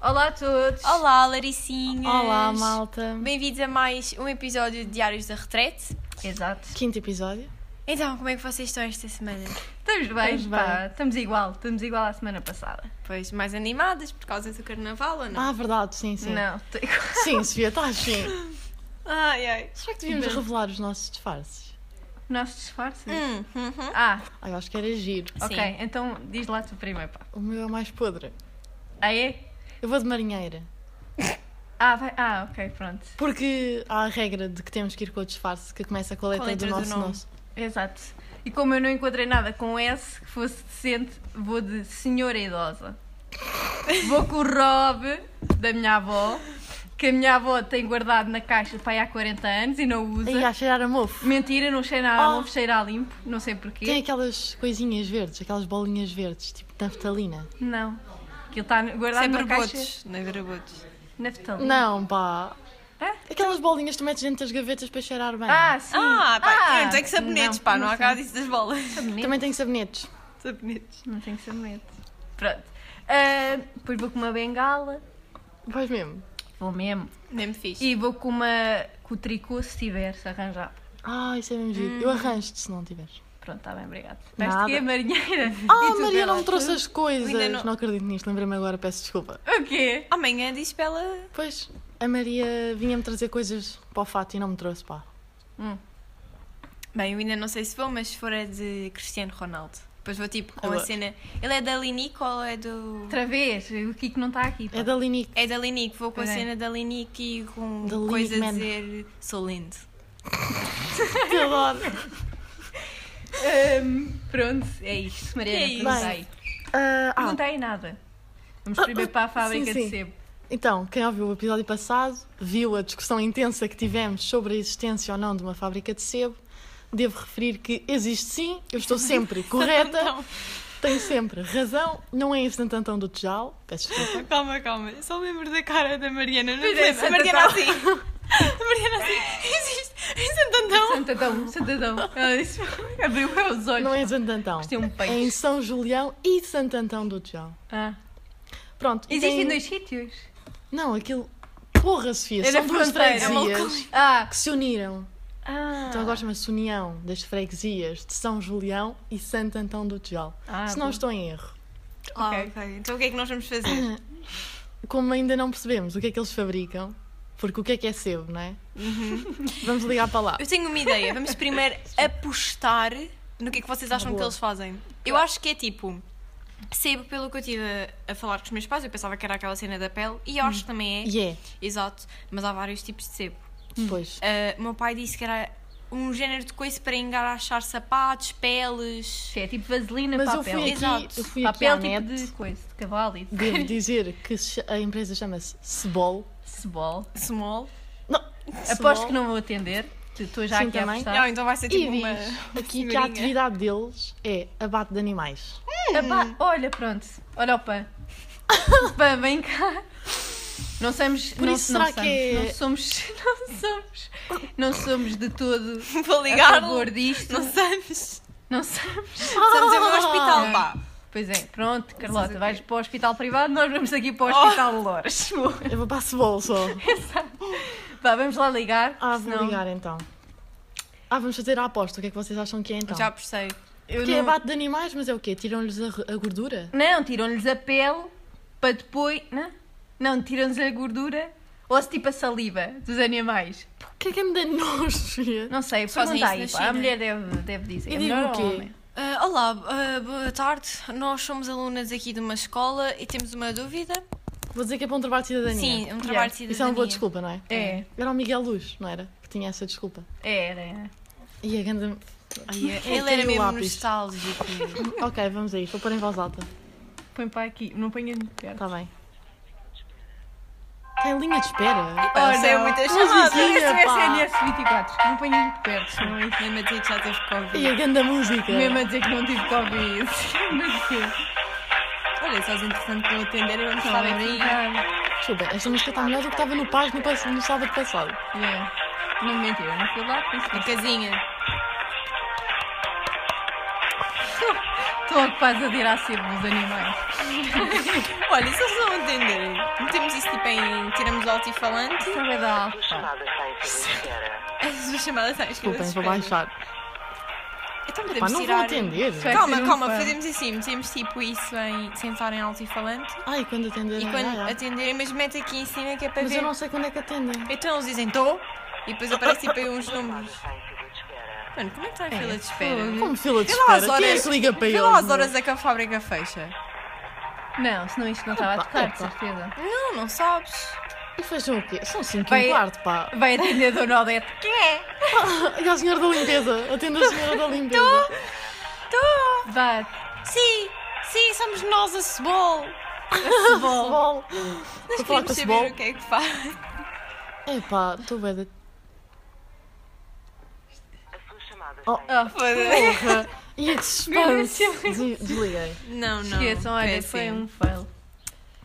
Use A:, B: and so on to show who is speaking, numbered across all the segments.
A: Olá a todos!
B: Olá, Laricinhas!
C: Olá, malta.
B: Bem-vindos a mais um episódio de Diários da Retrete.
A: Exato.
C: Quinto episódio.
B: Então, como é que vocês estão esta semana?
A: Estamos bem,
C: Estamos
A: pá.
C: bem.
A: Estamos igual. Estamos igual à semana passada.
B: Pois, mais animadas por causa do carnaval ou não?
C: Ah, verdade, sim, sim.
A: Não, tô igual.
C: Sim, Sofia, estás sim.
B: Ai, ai.
C: Será que devíamos
B: Bem.
C: revelar os nossos disfarces?
A: Nossos disfarces?
B: Hum, uhum.
A: Ah,
C: Ah, eu acho que era giro.
A: ok.
B: Sim.
A: Então diz lá tu primeiro, pá.
C: O meu é o mais podre.
A: Ah, é?
C: Eu vou de marinheira.
A: Ah, vai. Ah, ok, pronto.
C: Porque há a regra de que temos que ir com o disfarce que começa com a letra,
B: letra
C: do
B: do
C: nosso
B: nome?
C: nosso.
A: Exato. E como eu não encontrei nada com S que fosse decente, vou de senhora idosa. Vou com o Rob da minha avó, que a minha avó tem guardado na caixa para aí há 40 anos e não usa.
C: E a cheirar a mofo.
A: Mentira, não cheira a
C: Oh.
A: mofo, cheira a limpo, não sei porquê.
C: Tem aquelas coisinhas verdes, aquelas bolinhas verdes, tipo naftalina.
A: Não. Aquilo está guardado
B: Sem
A: na caixa
B: barbotos. Não é barbotos.
A: naftalina.
C: Não, pá.
A: Hã?
C: Aquelas bolinhas que tu metes dentro das gavetas para cheirar bem.
A: Ah, sim.
B: Ah, pá, pronto, é que sabonetes,
A: não,
B: pá,
A: não
B: não há
A: sei.
B: cá disso das bolas.
A: Sabonete.
C: Também tem sabonetes.
B: Sabonetes.
A: Não tem que ser medo. Pronto. Ah, depois vou com uma bengala.
C: Pois mesmo.
A: Vou mesmo.
B: Nem me fiz.
A: E vou com uma. com o tricô se tiver, se arranjar.
C: Ah, isso é mesmo giro. Eu arranjo-te se não tiveres.
A: Pronto, está bem, obrigado.
C: Nada.
A: Veste que é marinheira.
C: Ah,
A: E tu,
C: Maria não
A: Bela?
C: me trouxe as coisas.
B: Ainda não-
C: Não... acredito nisto, lembrei-me agora, peço desculpa.
A: O quê?
B: Amanhã diz para ela.
C: Pois, a Maria vinha-me trazer coisas para o fato e não me trouxe, pá.
B: Bem, eu ainda não sei se vou, mas se for é de Cristiano Ronaldo. Depois vou tipo com a
C: Agora.
B: cena. Ele é da Linique ou é do.
A: Outra vez, o Kiko não está aqui. pá.
C: É da Linique.
B: É da Linique, vou com a
A: Ok.
B: cena da Linique e com
C: Da Linique
B: coisa a
C: Man.
B: dizer sou lindo.
C: Eu adoro.
A: Ahm, pronto, é isto. Maria,
B: É isso.
A: pergunta aí.
C: Ah, ah,
A: Pergunta aí nada. Vamos primeiro para a fábrica
C: Sim,
A: de
C: sim.
A: sebo.
C: então, quem ouviu o episódio passado viu a discussão intensa que tivemos sobre a existência ou não de uma fábrica de sebo. Devo referir que existe sim, eu estou sempre correta,
B: Então,
C: tenho sempre razão. Não é esse tantantão do Tejal, peço desculpa.
B: calma, calma. Só me lembro da cara da Mariana. Não
A: Pois é,
B: lembro.
A: Santo
B: a Mariana
A: Antão.
B: assim. A Mariana assim. Existe. Em Santo Antão.
A: Santadão, Santadão. Ela disse, abriu os olhos.
C: Não é em Santantão.
A: Isto é um peixe.
C: É em São Julião e Santantão do Tejal.
A: Ah.
C: Pronto. e
A: Existem
C: tem-
A: dois sítios?
C: Não, aquilo. Porra, Sofia,
A: Era
C: são duas
A: fronteira.
B: É uma
C: freguesias
A: Ah.
C: que se uniram.
A: ah.
C: Então agora chama-se União das Freguesias de São Julião e Santo Antão do Tejal.
A: Ah,
C: se não
A: boa.
C: estou em erro.
B: Ah,
A: Ok.
B: ok. Então o que é que nós vamos fazer?
C: Como ainda não percebemos o que é que eles fabricam, porque o que é que é sebo, não é?
A: Uhum.
C: Vamos ligar para lá.
B: Eu tenho uma ideia. Vamos primeiro apostar no que é que vocês acham que
C: boa.
B: eles fazem. Eu acho que é tipo. Sebo pelo que eu estive a- a falar com os meus pais, eu pensava que era aquela cena da pele, e eu acho que também é.
C: E é,
B: Exato, mas há vários tipos de sebo.
C: pois.
B: Ah, meu pai disse que era um género de coisa para engraxar sapatos, peles.
A: Isto é tipo vaselina,
C: Mas eu
A: papel.
C: fui
B: Exato.
C: aqui, eu fui aqui
A: papel
C: à
A: tipo
C: net.
A: de coisa, de cavalo e de
C: Devo dizer que se- a empresa chama-se Cebol.
A: cebol.
B: Small.
C: Não,
A: Aposto que não é vou atender. Estou já
C: Sim,
A: aqui
C: também.
A: a
B: Não,
A: apostar.
B: então vai ser
C: E
B: tipo
C: diz
B: uma.
C: aqui que a
B: senhorinha.
C: atividade deles é abate de animais.
A: Epá, olha, pronto. Olha o pã. O pã, vem cá. Não somos.
C: Por
A: não,
C: isso
A: não
C: será
A: somos,
C: que é-
A: não somos. Não somos. Não somos de todo
B: Vou
A: a
B: ligar.
A: favor disto.
B: Não sabes.
A: Não somos.
B: Estamos a ver o hospital,
A: Ah.
B: pá.
A: Pois é, pronto, Carlota,
B: o
A: vais para o hospital privado, nós vamos aqui para o
C: Oh.
A: hospital de Loures. Boa.
C: Eu vou para a Cebol só.
A: Vá, vamos lá ligar.
C: Ah, vou
A: senão-
C: ligar então. Ah, vamos fazer a aposta. O que é que vocês acham que é então?
B: Já percebo.
A: Eu
C: Que é
A: não...
C: abate de animais, mas é o quê? Tiram-lhes a, a gordura?
A: Não, tiram-lhes a pele para depois. Não, não tiram-lhes a gordura ou se tipo a saliva dos animais.
C: O que é que me dá nojo, filha?
A: Não sei,
B: Fazem
A: pergunta aí.
B: isso na
A: pá, A
B: China.
A: mulher deve, deve dizer.
C: E
A: é
C: digo
A: melhor
C: o
A: ou
C: quê?
A: homem?
B: Ah, olá, ah, boa tarde. Nós somos alunas aqui de uma escola e temos uma dúvida.
C: Vou dizer que é para um trabalho de cidadania.
B: Sim, um trabalho de cidadania.
C: Isso é uma boa desculpa, não é?
A: É.
C: Era o Miguel Luz, não era? Que tinha essa desculpa.
A: Era, era.
C: E a ganda...
B: Ai, é,
C: Caiu o
B: Ele era mesmo
C: lápis.
B: nostálgico.
C: Ok, vamos aí. Vou pôr em voz alta.
A: Põe para aqui, não ponha de perto.
C: Está bem. Tem linha de espera?
B: Pá, isso é
A: Olha,
B: muita
A: mas
B: chamada.
C: Sim,
A: Parece o
C: pá.
A: SNS 24, não ponhas de perto, senão é
B: Minha Matilde já teve
C: E
B: Covid.
C: a ganda música?
A: mesmo a dizer que não tive Covid. Mas sim,
B: Olha, só os interessantes que não atenderam, vamos
A: estava
B: falar
A: a
B: aqui.
A: brincar.
C: Desculpa, esta música está melhor do que estava no Paz no, pass- no sábado passado.
A: É. Não mentira, não fui lá, por isso
B: A casinha.
A: Estou ocupada de ir à circo dos animais.
B: Olha, se eles não entenderem, metemos isso tipo em. tiramos o altifalante.
A: Sabe da
D: Sua chamada está em fila de espera.
B: A sua chamada está
C: Desculpem, vou baixar.
B: Então
C: Pá,
B: podemos
C: não vou
B: tirar.
C: atender.
A: Vai
B: Calma,
A: ser um
B: calma,
A: fã.
B: fazemos assim, metemos tipo isso em sentar em altifalante
C: Ai, quando atenderem.
B: e quando
C: ai, ai.
B: atenderem, mas mete aqui em cima que é para
C: é, Mas
B: ver.
C: eu não sei quando é que atendem.
B: Então eles dizem tô e depois aparece tipo aí uns
D: Chamada
B: números.
D: está em fila de espera.
B: Mano, como é que está a fila de espera?
A: fogo.
C: Como fila de
B: Vê lá
C: espera.
B: as
C: Quem é
B: horas.
C: que liga para
B: vê
C: eles?
B: lá as horas é que a fábrica fecha.
A: Não, senão isto não estava a
C: Opa,
A: tocar, de
C: opa.
A: certeza.
B: Não, não sabes.
C: E fecham o quê? São 5
A: Vai-
C: e um quarto, pá.
A: Vai atender a Dona Odete. Que é?
C: E a senhora da limpeza. Atenda a senhora da limpeza.
B: Tô!
A: Vá,
B: Sim! Sim, somos nós a Cebol!
A: futebol.
C: Bom.
B: Nós
C: Vou falar com
B: queremos saber
C: a Cebol.
B: o que é que faz.
C: Epá, estou bem da
D: A sua chamada
C: Oh.
D: está em
A: Oh,
B: Foda-se.
C: porra. E é a desesperança. Desliguei.
B: Não, não. é assim.
A: esqueçam, olha, foi
B: péssimo.
A: um fail.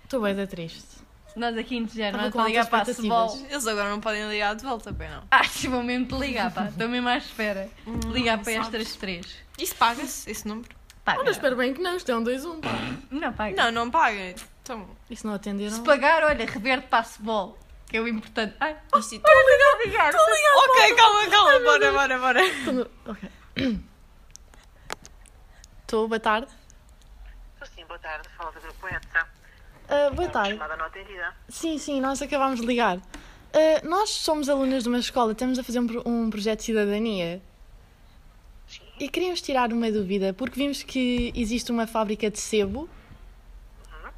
C: Estou bem da triste.
A: Nós aqui em Tijar,
C: Estava
A: não
C: com
A: a ligar para a
C: altas expectativas.
A: Cebol.
B: Eles agora não podem ligar de volta, bem não.
A: Acho, vou mesmo te ligar, pá. Estou mesmo à espera. Ligar para
B: Hum, sabes.
A: estas três.
B: Isso paga-se, esse número?
A: Pá,
C: Ora, espero bem que não. Isto é um 2-1. pá.
A: Não, pá.
B: Não, não paga. Então,
C: E se não atenderam?
A: Se pagar, olha, reverte para a Cebol. Que é o importante. Ai,
B: isto Estou a ligar, estou a ligar. Ok, calma, calma, bora, bora, bora.
C: Quando- Ok. Estou, boa tarde.
D: Estou sim, boa tarde. Fala do grupo ETSA.
C: Ah, boa tarde.
D: Chamada não atendida.
C: Sim, sim, nós acabámos de ligar. Ah, nós somos alunas de uma escola, estamos a fazer um, pro- um projeto de cidadania. E queríamos tirar uma dúvida, porque vimos que existe uma fábrica de sebo.
D: Uhum.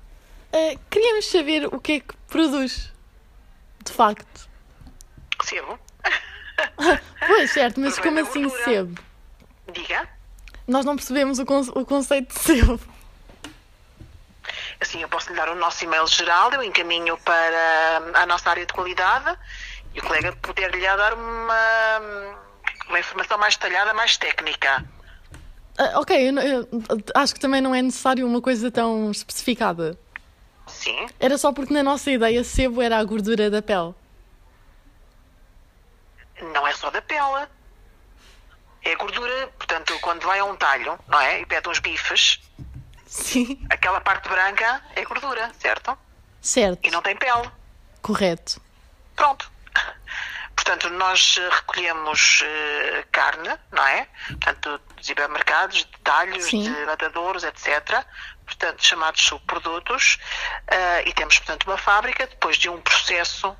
C: Ah, queríamos saber o que é que produz, de facto.
D: Sebo,
C: Pois, certo, mas
D: Também
C: como
D: da
C: assim
D: gordura.
C: sebo?
D: diga.
C: Nós não percebemos o, con- o conceito de sebo.
D: Assim, eu posso lhe dar o nosso e-mail geral, eu encaminho para hum, a nossa área de qualidade e o colega poder-lhe dar uma, hum, uma informação mais detalhada, mais técnica.
C: Ah, ok, eu não- eu- acho que também não é necessário uma coisa tão especificada.
D: Sim.
C: Era só porque na nossa ideia sebo era a gordura da pele.
D: Não é só da pele. É gordura, portanto, quando vai a um talho, não é? E pede uns bifes,
C: Sim.
D: aquela parte branca é gordura, certo?
C: Certo.
D: E não tem pele.
C: Correto.
D: Pronto. Portanto, nós eh, recolhemos eh, carne, não é? Portanto, de hipermercados, de talhos,
C: Sim.
D: de matadouros, etc. Portanto, chamados subprodutos. Ah, e temos, portanto, uma fábrica, depois de um processo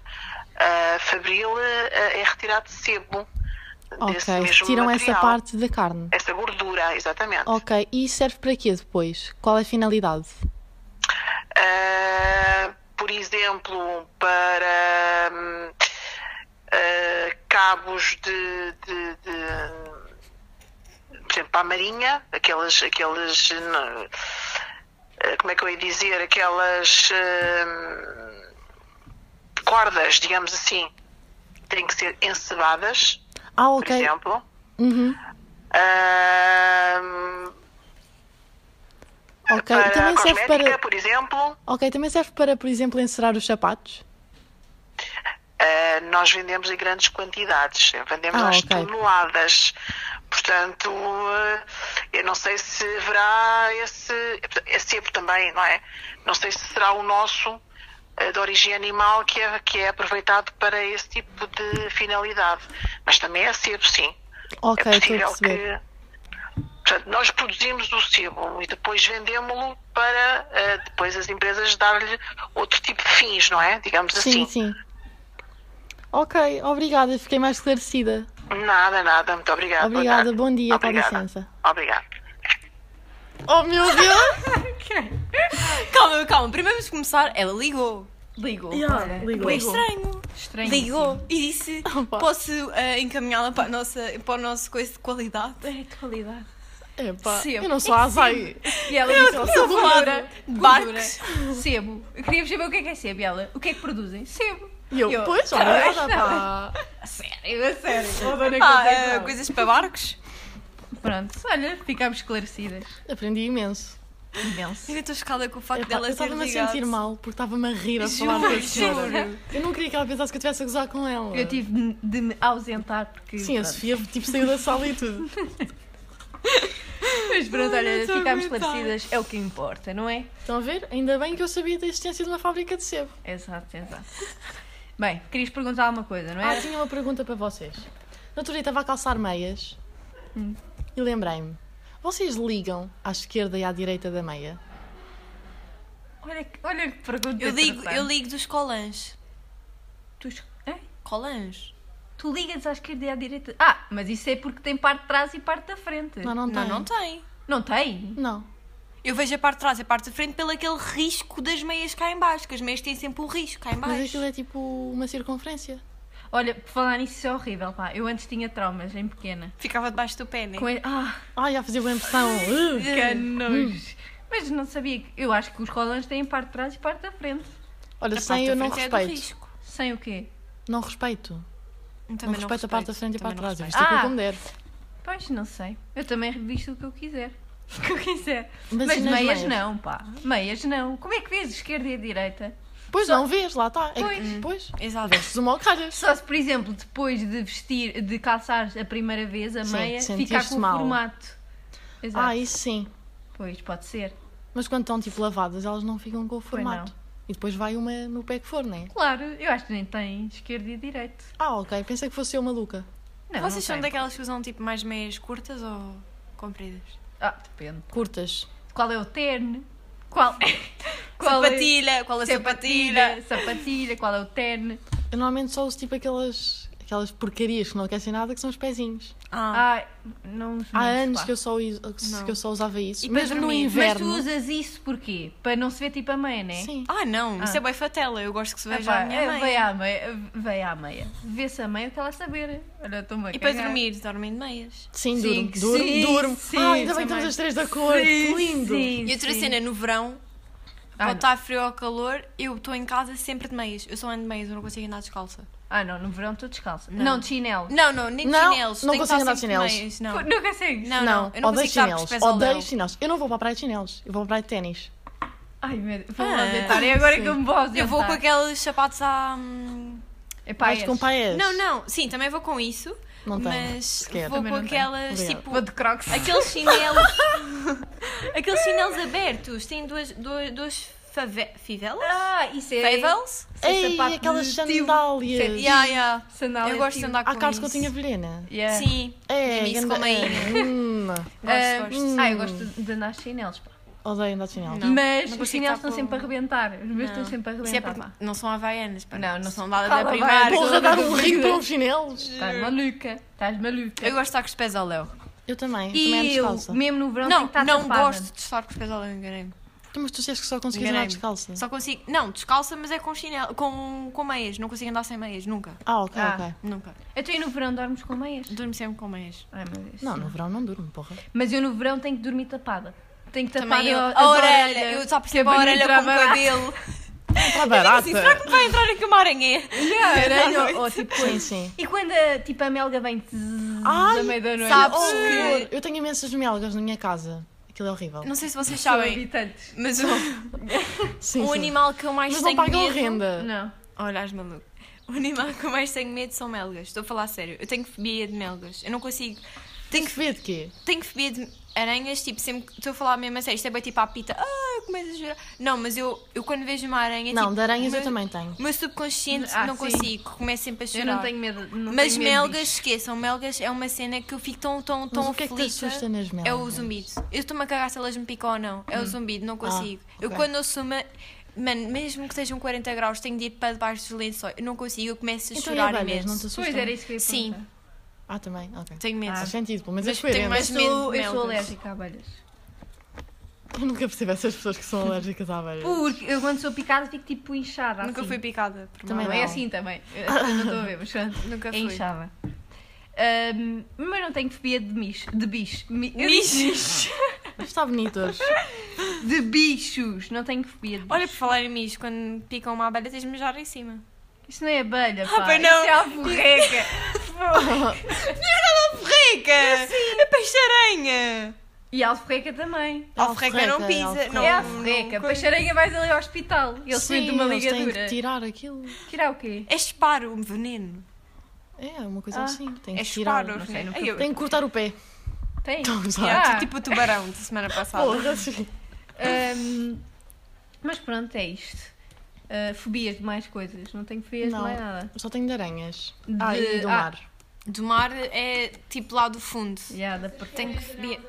D: ah, fabril, eh, é retirado sebo. desse
C: ok.
D: mesmo
C: Retiram essa
D: material.
C: parte da carne.
D: Essa gordura, exatamente.
C: Ok. E serve para quê depois? Qual é a finalidade?
D: Ah, por exemplo, para hum, ah, cabos de, de- de- Por exemplo, para a Marinha, aquelas. aquelas não, ah, como é que eu ia dizer? Aquelas. hum, cordas, digamos assim, têm que ser encebadas,
C: Ah,
D: por
C: ok.
D: exemplo.
C: Uhum.
D: Ah,
C: Ok.
D: para
C: Ah, também serve
D: cosmética,
C: para.
D: por exemplo.
C: Ok. Também serve para, por exemplo, encerar os sapatos?
D: Uh, nós vendemos em grandes quantidades, eh, vendemos
C: Ah,
D: às
C: ok.
D: toneladas. Portanto, uh, eu não sei se haverá esse, eh, esse sebo também, não é? Não sei se será o nosso uh, de origem animal que é, que é aproveitado para esse tipo de finalidade. Mas também é sebo, sim.
C: Ok,
D: é
C: estou a
D: possível
C: perceber.
D: que. Portanto, nós produzimos o sebo e depois vendemos-lo para uh, depois as empresas dar-lhe outro tipo de fins, não é? Digamos
C: Sim,
D: assim.
C: sim. Ok, obrigada, fiquei mais esclarecida.
D: Nada, nada, muito obrigada. Ah, boa
C: Obrigada,
D: tarde.
C: bom dia, com
D: Obrigada.
C: licença.
D: Obrigada.
C: Oh meu Deus!
B: Calma, calma. Primeiro vamos começar. Ela ligou.
A: Ligou. é. olha.
B: Foi estranho.
A: Estranho.
B: Ligou e disse:
C: Opa.
B: Posso eh, encaminhá-la para, a nossa, para o nosso coisa de qualidade?
A: É de qualidade.
C: Epá,
A: Sim.
C: eu não sou a azai.
A: E ela disse,
C: eu
A: eu,
C: sou
A: gordura, gordura,
B: Barcos.
A: sebo. Eu queria saber o que é que é sebo. E ela, o que é que produzem? Sebo.
C: E eu, pois,
A: "Pois,
C: obrigada,
A: não."
C: pá.
A: A sério, a sério. Vou dar na
B: Ah, eh,
A: Conceição.
B: coisas para barcos?
A: é Pronto, olha, ficámos esclarecidas.
C: Aprendi imenso.
A: Imenso.
B: Eu estou chocada com o facto
C: Epá,
B: dela
C: eu
B: ter
C: estava-me a
B: ligado.
C: sentir mal porque estava-me a rir a
B: Juro,
C: falar com a senhora.
B: juro.
C: Eu não queria que ela pensasse que eu estivesse a gozar com ela.
A: Eu tive de me ausentar porque.
C: Sim, a
A: pronto,
C: Sofia tipo, saiu da sala e tudo.
A: eu Mas pronto,
B: Ai, não
A: olha,
B: estou a
A: ficámos
B: aguentar.
A: esclarecidas, é o que importa, não é?
C: Estão a ver? Ainda bem que eu sabia da existência de uma fábrica de sebo.
A: Exato, exato. Bem, querias perguntar alguma coisa, não
C: Ah,
A: é?
C: tinha uma pergunta para vocês. No outro dia estava a calçar meias e lembrei-me. Vocês ligam à esquerda e à direita da meia?
A: Olha, que- olha que pergunta.
B: Eu ligo,
A: interessante.
B: eu ligo dos colãs.
A: Tu, es- Hã?
B: Colãs?
A: Tu ligas à esquerda e à direita. Ah, mas isso é porque tem parte de trás e parte da frente.
C: Não, não,
B: Não,
C: tem.
B: não tem.
A: Não tem?
C: Não.
B: Eu vejo a parte de trás e a parte de frente pelo aquele risco das meias cá em baixo, que as meias têm sempre o risco cá em
C: Mas
B: baixo.
C: aquilo é tipo uma circunferência.
A: Olha, por falar nisso, isso é horrível, pá. Eu antes tinha traumas em pequena.
C: é-
B: Ficava debaixo do pé, né?
A: Com e- Ah,
C: Ai, já fazia boa impressão. Uh!
A: que nojo. Mas não sabia. que- Eu acho que os colãs têm parte de trás e parte da frente.
C: Olha,
B: A
C: sem
B: parte da
C: eu não
B: frente é do
C: respeito.
B: risco.
A: Sem o quê?
C: Não respeito.
B: Eu
C: Não
B: Também
C: respeito, a parte da frente e
B: também
C: para
B: não
C: trás. Eu
B: respeito.
C: visto aquilo
A: Ah!
C: como der.
A: Pois, não sei. Eu também revisto o que eu quiser. O que eu quiser.
C: Mas
A: Mas,
C: e nas
A: meias
C: meias?
A: não, pá. Meias não. Como é que vês esquerda e a direita?
C: Pois não vês, lá está. É que-
A: Pois.
C: pois.
B: Exato.
C: Vestes uma ao calhas.
A: Só se, por exemplo, depois de vestir, de calçares a primeira vez a
C: Sim,
A: meia,
C: sentiste
A: ficar com
C: mal.
A: o formato. Exato.
C: Ah, isso sim.
A: Pois, pode ser.
C: Mas quando estão tipo lavadas, elas não ficam com o formato.
A: não.
C: E depois vai uma no pé que for, não é?
A: Claro, eu acho que nem tem esquerda e direito.
C: Ah, ok. Pensei que fosse eu maluca.
A: Não,
B: Vocês
A: É, não
B: são
A: tem.
B: daquelas que usam tipo mais meias curtas ou compridas?
A: Ah, depende.
C: Curtas.
A: Qual é o terno? Qual, qual
B: Sapatilha, qual é
A: é
B: a sapatilha?
A: Sapatilha, qual é o terno?
C: Eu normalmente só uso tipo aquelas, aquelas porcarias que não aquecem nada, que são os pezinhos.
B: Ah,
A: Ai, não os
C: Há
A: manjo,
C: anos
A: pá.
C: que eu, só, uso-
B: Não.
C: que eu só usava isso.
B: E para
C: Mesmo no
B: dormir? Mas
A: Mas tu
C: inverno.
A: usas isso porquê? Para não se ver tipo a meia, né?
C: Sim.
B: Ah, não, isso
A: Ah.
B: é boi fatela. Eu gosto que se
A: Ah,
B: veja
A: pá,
B: a minha
A: é,
B: meia.
A: Veio à meia. Veio à meia. Vê-se a meia, o que ela saber. Olha, estou-me a
B: E para
A: cagar.
B: dormir, dormem de meias.
A: Sim,
C: Sim, durmo. Durmo.
A: sim,
C: durmo.
A: sim,
C: ah, ainda bem que
A: também.
C: estamos as três da cor. que lindo.
A: Sim,
B: E outra
A: sim.
B: cena, no verão,
A: Ah,
B: pode
A: não.
B: estar frio ou calor, eu estou em casa sempre de meias. Eu só ando de meias, eu não consigo andar descalça.
A: Ah, não, no verão estou descalsa.
B: Não.
A: Não, de chinelo.
B: Não, não, nem de
C: Não,
B: chinelos.
C: não
B: tenho que
C: consigo
B: estar
C: andar de
B: sempre de
C: chinelos.
B: meias, Não.
A: Não consegues?
B: Não.
C: Não,
B: eu não
C: odeio
B: consigo estar com os
C: chinelos.
B: pés ao
C: Odeio
B: léu.
C: chinelos. Eu não vou para a praia de chinelos. Eu vou para a praia de ténis.
A: Ai, meu Deus. Vou-me
B: Ah,
A: ausentar. É agora
C: sim.
A: que eu me vou ausentar.
B: Eu vou com aqueles sapatos à. hum,
A: Epá,
C: Vais com
A: és.
C: paias.
B: Não, não, sim, também vou com isso.
C: Não tenho,
B: mas
C: sequer.
B: vou
A: Também
B: com
A: não
B: aquelas,
C: Obrigada.
B: tipo,
A: Vou de crocs.
B: aqueles chinelos. aqueles chinelos abertos. Tem duas, duas, duas fave- fivelas?
A: Ah, isso é...
B: Favels?
A: isso é
C: Ei,
A: sapato de
C: aquelas
A: tio.
C: sandálias.
A: Sim.
B: Yeah, yeah.
A: Sandália
B: Eu gosto de
A: tio.
B: andar Ah, com
C: Há carros que eu
B: isso.
C: tinha velhena.
A: Yeah.
B: Sim, eh,
C: É,
B: Mimi-se
C: ganda-
B: com meinha.
C: é, hum,
A: Ah,
B: Gosto, gosto.
A: Ah, eu gosto de- de andar de chinelos, pá.
C: Odeio andar de chinelos.
B: hum. Não.
A: Mas os
B: não consigo
A: chinelos
B: estar
A: estão sempre a
B: com-
A: arrebentar. Os meus estão
B: Não.
A: sempre a
B: Isso é
A: arrebentar.
B: porque não são havaianas, pá.
A: Não, não
B: são
A: são-
B: nada
A: Fala
B: da primária.
A: havaianas.
C: Porra,
A: Toda
C: dar
A: a
C: um
A: vida.
C: ringue para uns chinelos.
A: Estás maluca. Estás maluca.
B: Eu gosto de estar com os pés ao léu.
C: Eu também, eu também ando
A: E eu,
C: descalça.
A: mesmo no verão, tenho
B: Não,
A: que estar
B: não
A: tapada.
B: gosto de estar com os pés ao léu, enganei-me.
C: Mas tu disseste que só conseguias andar
B: Enganei-me.
C: descalça.
B: Só consigo. Não, descalça, mas é com chinelo. Com, com meias. Não consigo andar sem meias. Nunca.
C: Ah, ok,
A: Ah.
C: ok.
B: Nunca.
A: Então, e no verão dormes com meias?
B: Durmo sempre com meias.
A: Ai, meu Deus.
C: Não, no verão não durmo, porra.
A: Mas eu no verão tenho que dormir tapada. Tenho que tapar
B: Também eu,
A: a,
B: a, orelha. Eu só
A: é
B: percebo a orelha com um
A: como
B: cabelo.
C: Está
B: Assim,
C: tá.
B: será que me vai entrar aqui uma aranha?
A: orelha ou- ou tipo
C: Sim,
A: coisa.
C: sim.
A: E quando a, tipo, a melga vem zzz,
C: Ai,
A: da meia da noite?
B: sabes
A: Oh,
B: que-
C: Eu tenho imensas melgas na minha casa. Aquilo é horrível.
B: Não sei se vocês
A: são
B: sabem,
A: habitantes.
B: mas o,
C: Sim,
B: o
C: sim.
B: animal que eu mais
C: Mas não
B: tenho
C: pagam
B: medo.
C: renda.
A: Não.
B: Olha, as maluco. O animal que eu mais tenho medo são melgas. Estou a falar sério. Eu tenho fobia de melgas. Eu não consigo.
C: Tem que ver de quê?
B: Tenho fobia de aranhas, tipo, sempre que estou a falar mesmo a sério. Isto é bem tipo a pita. Ah, começo a jurar. Não, mas eu, eu quando vejo uma aranha.
C: Não,
B: tipo,
C: de aranhas
B: o meu-
C: eu também tenho.
B: O meu subconsciente
A: Ah,
B: não
A: sim.
B: consigo. Começo sempre a
A: Eu
B: chorar.
A: não tenho medo. Não
B: Mas
A: tenho medo
B: melgas,
A: disso.
B: esqueçam, melgas é uma cena que eu fico tão, tão, tão
C: o que é que te
B: aflita.
C: assusta nas
B: É o
C: melgas?
B: zumbido. Eu estou-me a cagar se elas me picam ou não.
A: Hum.
B: É o zumbido,
A: Ah,
B: não consigo. Eu
C: ok.
B: quando ouço uma. Mano, mesmo que sejam 40 graus, tenho de ir para debaixo dos lençóis. Eu não consigo, eu começo a
C: Então e
B: chorar
C: abelhas?
B: imenso.
C: Não te
A: Pois
C: assustam?
A: era isso que eu ia
B: Sim.
A: perguntar.
C: Ah, também? Ok.
B: Tenho medo.
A: Ah,
C: Faz sentido, pelo menos
B: Ah. Mas
C: é
B: tenho
C: coerente.
B: mais-
A: Mas sou,
B: medo de
A: eu sou
B: melgas.
A: alérgica a abelhas.
C: Eu nunca percebo essas pessoas que são alérgicas à abelha.
A: Porque eu quando sou picada fico tipo inchada.
B: Nunca
A: assim.
B: fui picada. Por
C: Também
A: Não
B: mal.
A: é
C: não.
A: assim também. Eu não estou a ver, mas pronto.
B: Nunca
A: É
B: fui.
A: inchada. Ahm, mas não tenho fobia de bicho. De bicho. Mi- eu
B: Bicho.
A: disse
C: Mas está bonito hoje.
A: bicho. De bichos. Não tenho fobia de bicho.
B: Olha, por falar em mim, quando picam uma abelha, tens de mijar em cima.
A: Isso não é abelha,
B: Ah,
A: pá.
B: pois não.
A: Isso é alforreca.
B: é Rica!
A: assim?
B: Sim! É peixe-aranha!
A: e alforreca também.
B: Alfreca não
C: Alforreca,
B: pisa.
C: alforreca.
B: Não,
A: é
B: não-
A: alforreca. Peixaranha vais ali ao hospital. Eles
C: Sim,
A: metem uma
C: eles
A: ligadura.
C: têm que tirar aquilo.
A: Tirar o quê?
B: É chupar o veneno.
C: É, uma coisa
A: Ah,
C: assim. Tem que
B: É
C: tirar.
B: chupar
A: sei,
B: o veneno.
A: nunca
B: Ai, eu-
C: Tem que cortar o pé. Então,
A: Tem.
C: Estão a usar.
A: Yeah.
B: Tipo o tubarão da
A: Ah.
B: semana passada.
C: Porra, sim.
A: Ahm, mas pronto, é isto. Ah, fobias de mais coisas. Não tenho fobias
C: Não.
A: de mais nada.
C: Só tenho de aranhas.
A: De-
C: Ah, e do
A: ah.
C: mar.
B: Do mar é tipo lá do fundo.
A: Yeah, da parte-
B: Tenho que fobia.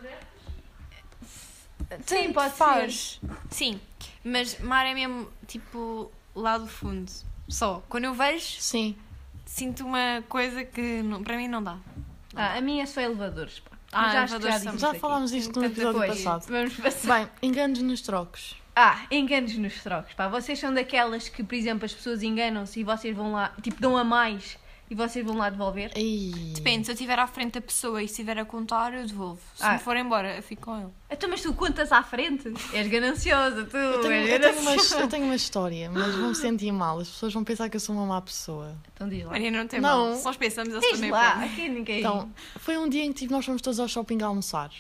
A: Sim, pode
B: faz. Sim, mas mar é mesmo tipo lá do fundo. Só. Quando eu vejo,
C: Sim.
B: sinto uma coisa que não- para mim não dá.
A: Ah, a minha é só elevadores. Pá.
B: Ah,
A: Mas acho que
B: elevadores
A: disse
B: também.
A: isso
C: Já
A: aqui.
C: falámos disto no
B: Tanta
C: episódio
B: coisa.
C: passado.
A: Vamos passar.
C: Bem, enganos nos trocos.
A: Ah, enganos nos trocos. Pá, vocês são daquelas que, por exemplo, as pessoas enganam-se e vocês vão lá, tipo, dão a mais e vocês vão lá devolver.
C: Ei.
B: Depende, se eu estiver à frente da pessoa e estiver a contar, eu devolvo. Se
A: Ah.
B: me for embora, eu fico com ele.
A: Então, mas tu contas à frente? És gananciosa, tu.
C: Eu tenho,
A: és
C: eu, tenho uma,
A: gananciosa.
C: eu tenho uma história, mas vão me sentir mal. As pessoas vão pensar que eu sou uma má pessoa.
A: Então diz lá.
B: Maria não tem
C: Não.
B: mal. Se nós pensamos, eles
A: Diz
B: também
A: lá,
B: pensam.
A: aqui ninguém.
C: Então, foi um dia em que tipo, nós fomos todos ao shopping a almoçar.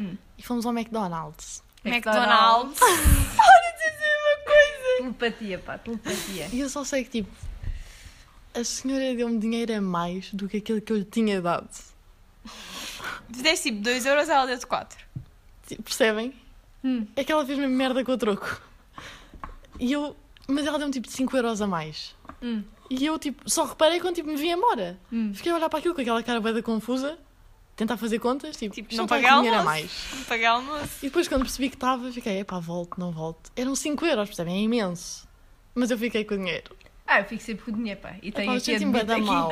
A: Hum.
C: E fomos ao McDonald's.
A: É
B: McDonald's.
A: Telepatia, pá, telepatia.
C: E eu só sei que, tipo, a senhora deu-me dinheiro a mais do que aquilo que eu lhe tinha dado.
B: Tu deste tipo 2 euros, ela deu-te 4.
C: Tipo, percebem?
A: Hum.
C: É que ela fez-me merda com o troco. E eu... Mas ela deu-me, tipo, 5 euros a mais.
A: Hum.
C: E eu, tipo, só reparei quando, tipo, me vi embora.
A: Hum.
C: Fiquei a olhar para aquilo com aquela cara bem confusa. Tentar fazer contas, tipo,
B: Tipo,
C: isto
B: não
C: está com
B: pagar
C: dinheiro a
B: almoço.
C: mais.
B: Paguei almoço.
C: E depois, quando percebi que estava, fiquei, epá, volto, não volto. Eram 5 euros, percebem? É imenso. Mas eu fiquei com o dinheiro.
A: Ah, eu fico sempre com o dinheiro, pá. E
C: Epá,
A: tenho
C: eu
A: aqui a
C: senti-me bué da
A: aqui.
C: mal.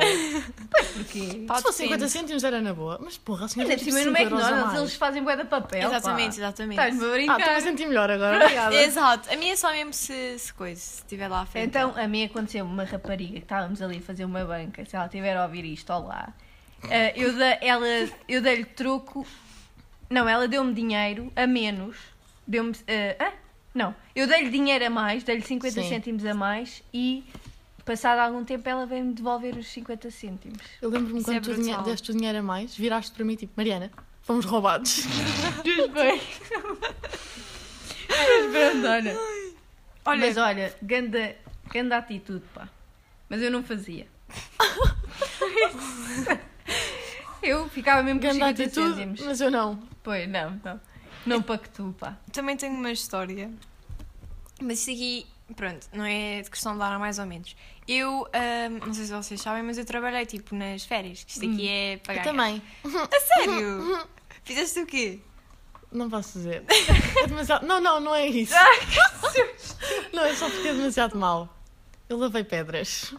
A: Porquê?
B: Pá,
C: Se fosse 50
B: depende.
C: cêntimos era na boa. Mas porra, a senhora
A: Ainda
C: deu
A: por
C: tipo
A: cima no
B: é
C: 5 euros a
A: McDonald's
C: mais.
A: é eles fazem bué da papel.
B: Exatamente,
A: pá. Tá,
B: exatamente.
A: Estás-me a
C: Ah, estou
A: brincar.
C: a sentir melhor agora, obrigada.
B: Exato. A minha é só mesmo se, se coisa, se estiver lá à frente.
A: Então, a mim aconteceu uma rapariga que estávamos ali a fazer uma banca, se ela tiver a ouvir isto, olá. Ah, eu da- ela eu dei-lhe troco. Não, ela deu-me dinheiro a menos. Deu-me. ah, ah, não, eu dei-lhe dinheiro a mais, dei-lhe 50
C: Sim.
A: cêntimos a mais e, passado algum tempo, ela veio-me devolver os 50 cêntimos.
C: Eu lembro-me
B: Isso
C: quando
B: é
C: tu
B: brutal.
C: dinhe- deste o dinheiro a mais, viraste para mim tipo, Mariana, fomos roubados.
A: Deus bem. Mas pronto, olha.
B: Olha-
A: Mas olha, ganda, ganda atitude, pá. Mas eu não fazia. eu ficava mesmo com os
C: Grande
A: 50
C: atitude,
A: cêntimos.
C: mas eu não.
A: Pois, não, não. Não pacto, pá.
B: Também tenho uma história. Mas isso aqui, pronto, não é de questão de dar a mais ou menos. Eu, ahm, não sei se vocês sabem, mas eu trabalhei tipo nas férias, que isto aqui é pagar.
C: Eu também.
B: A sério? Fizeste o quê?
C: Não posso dizer. É demasiado... Não, não, não é isso. não, é só porque é demasiado mal. Eu lavei pedras.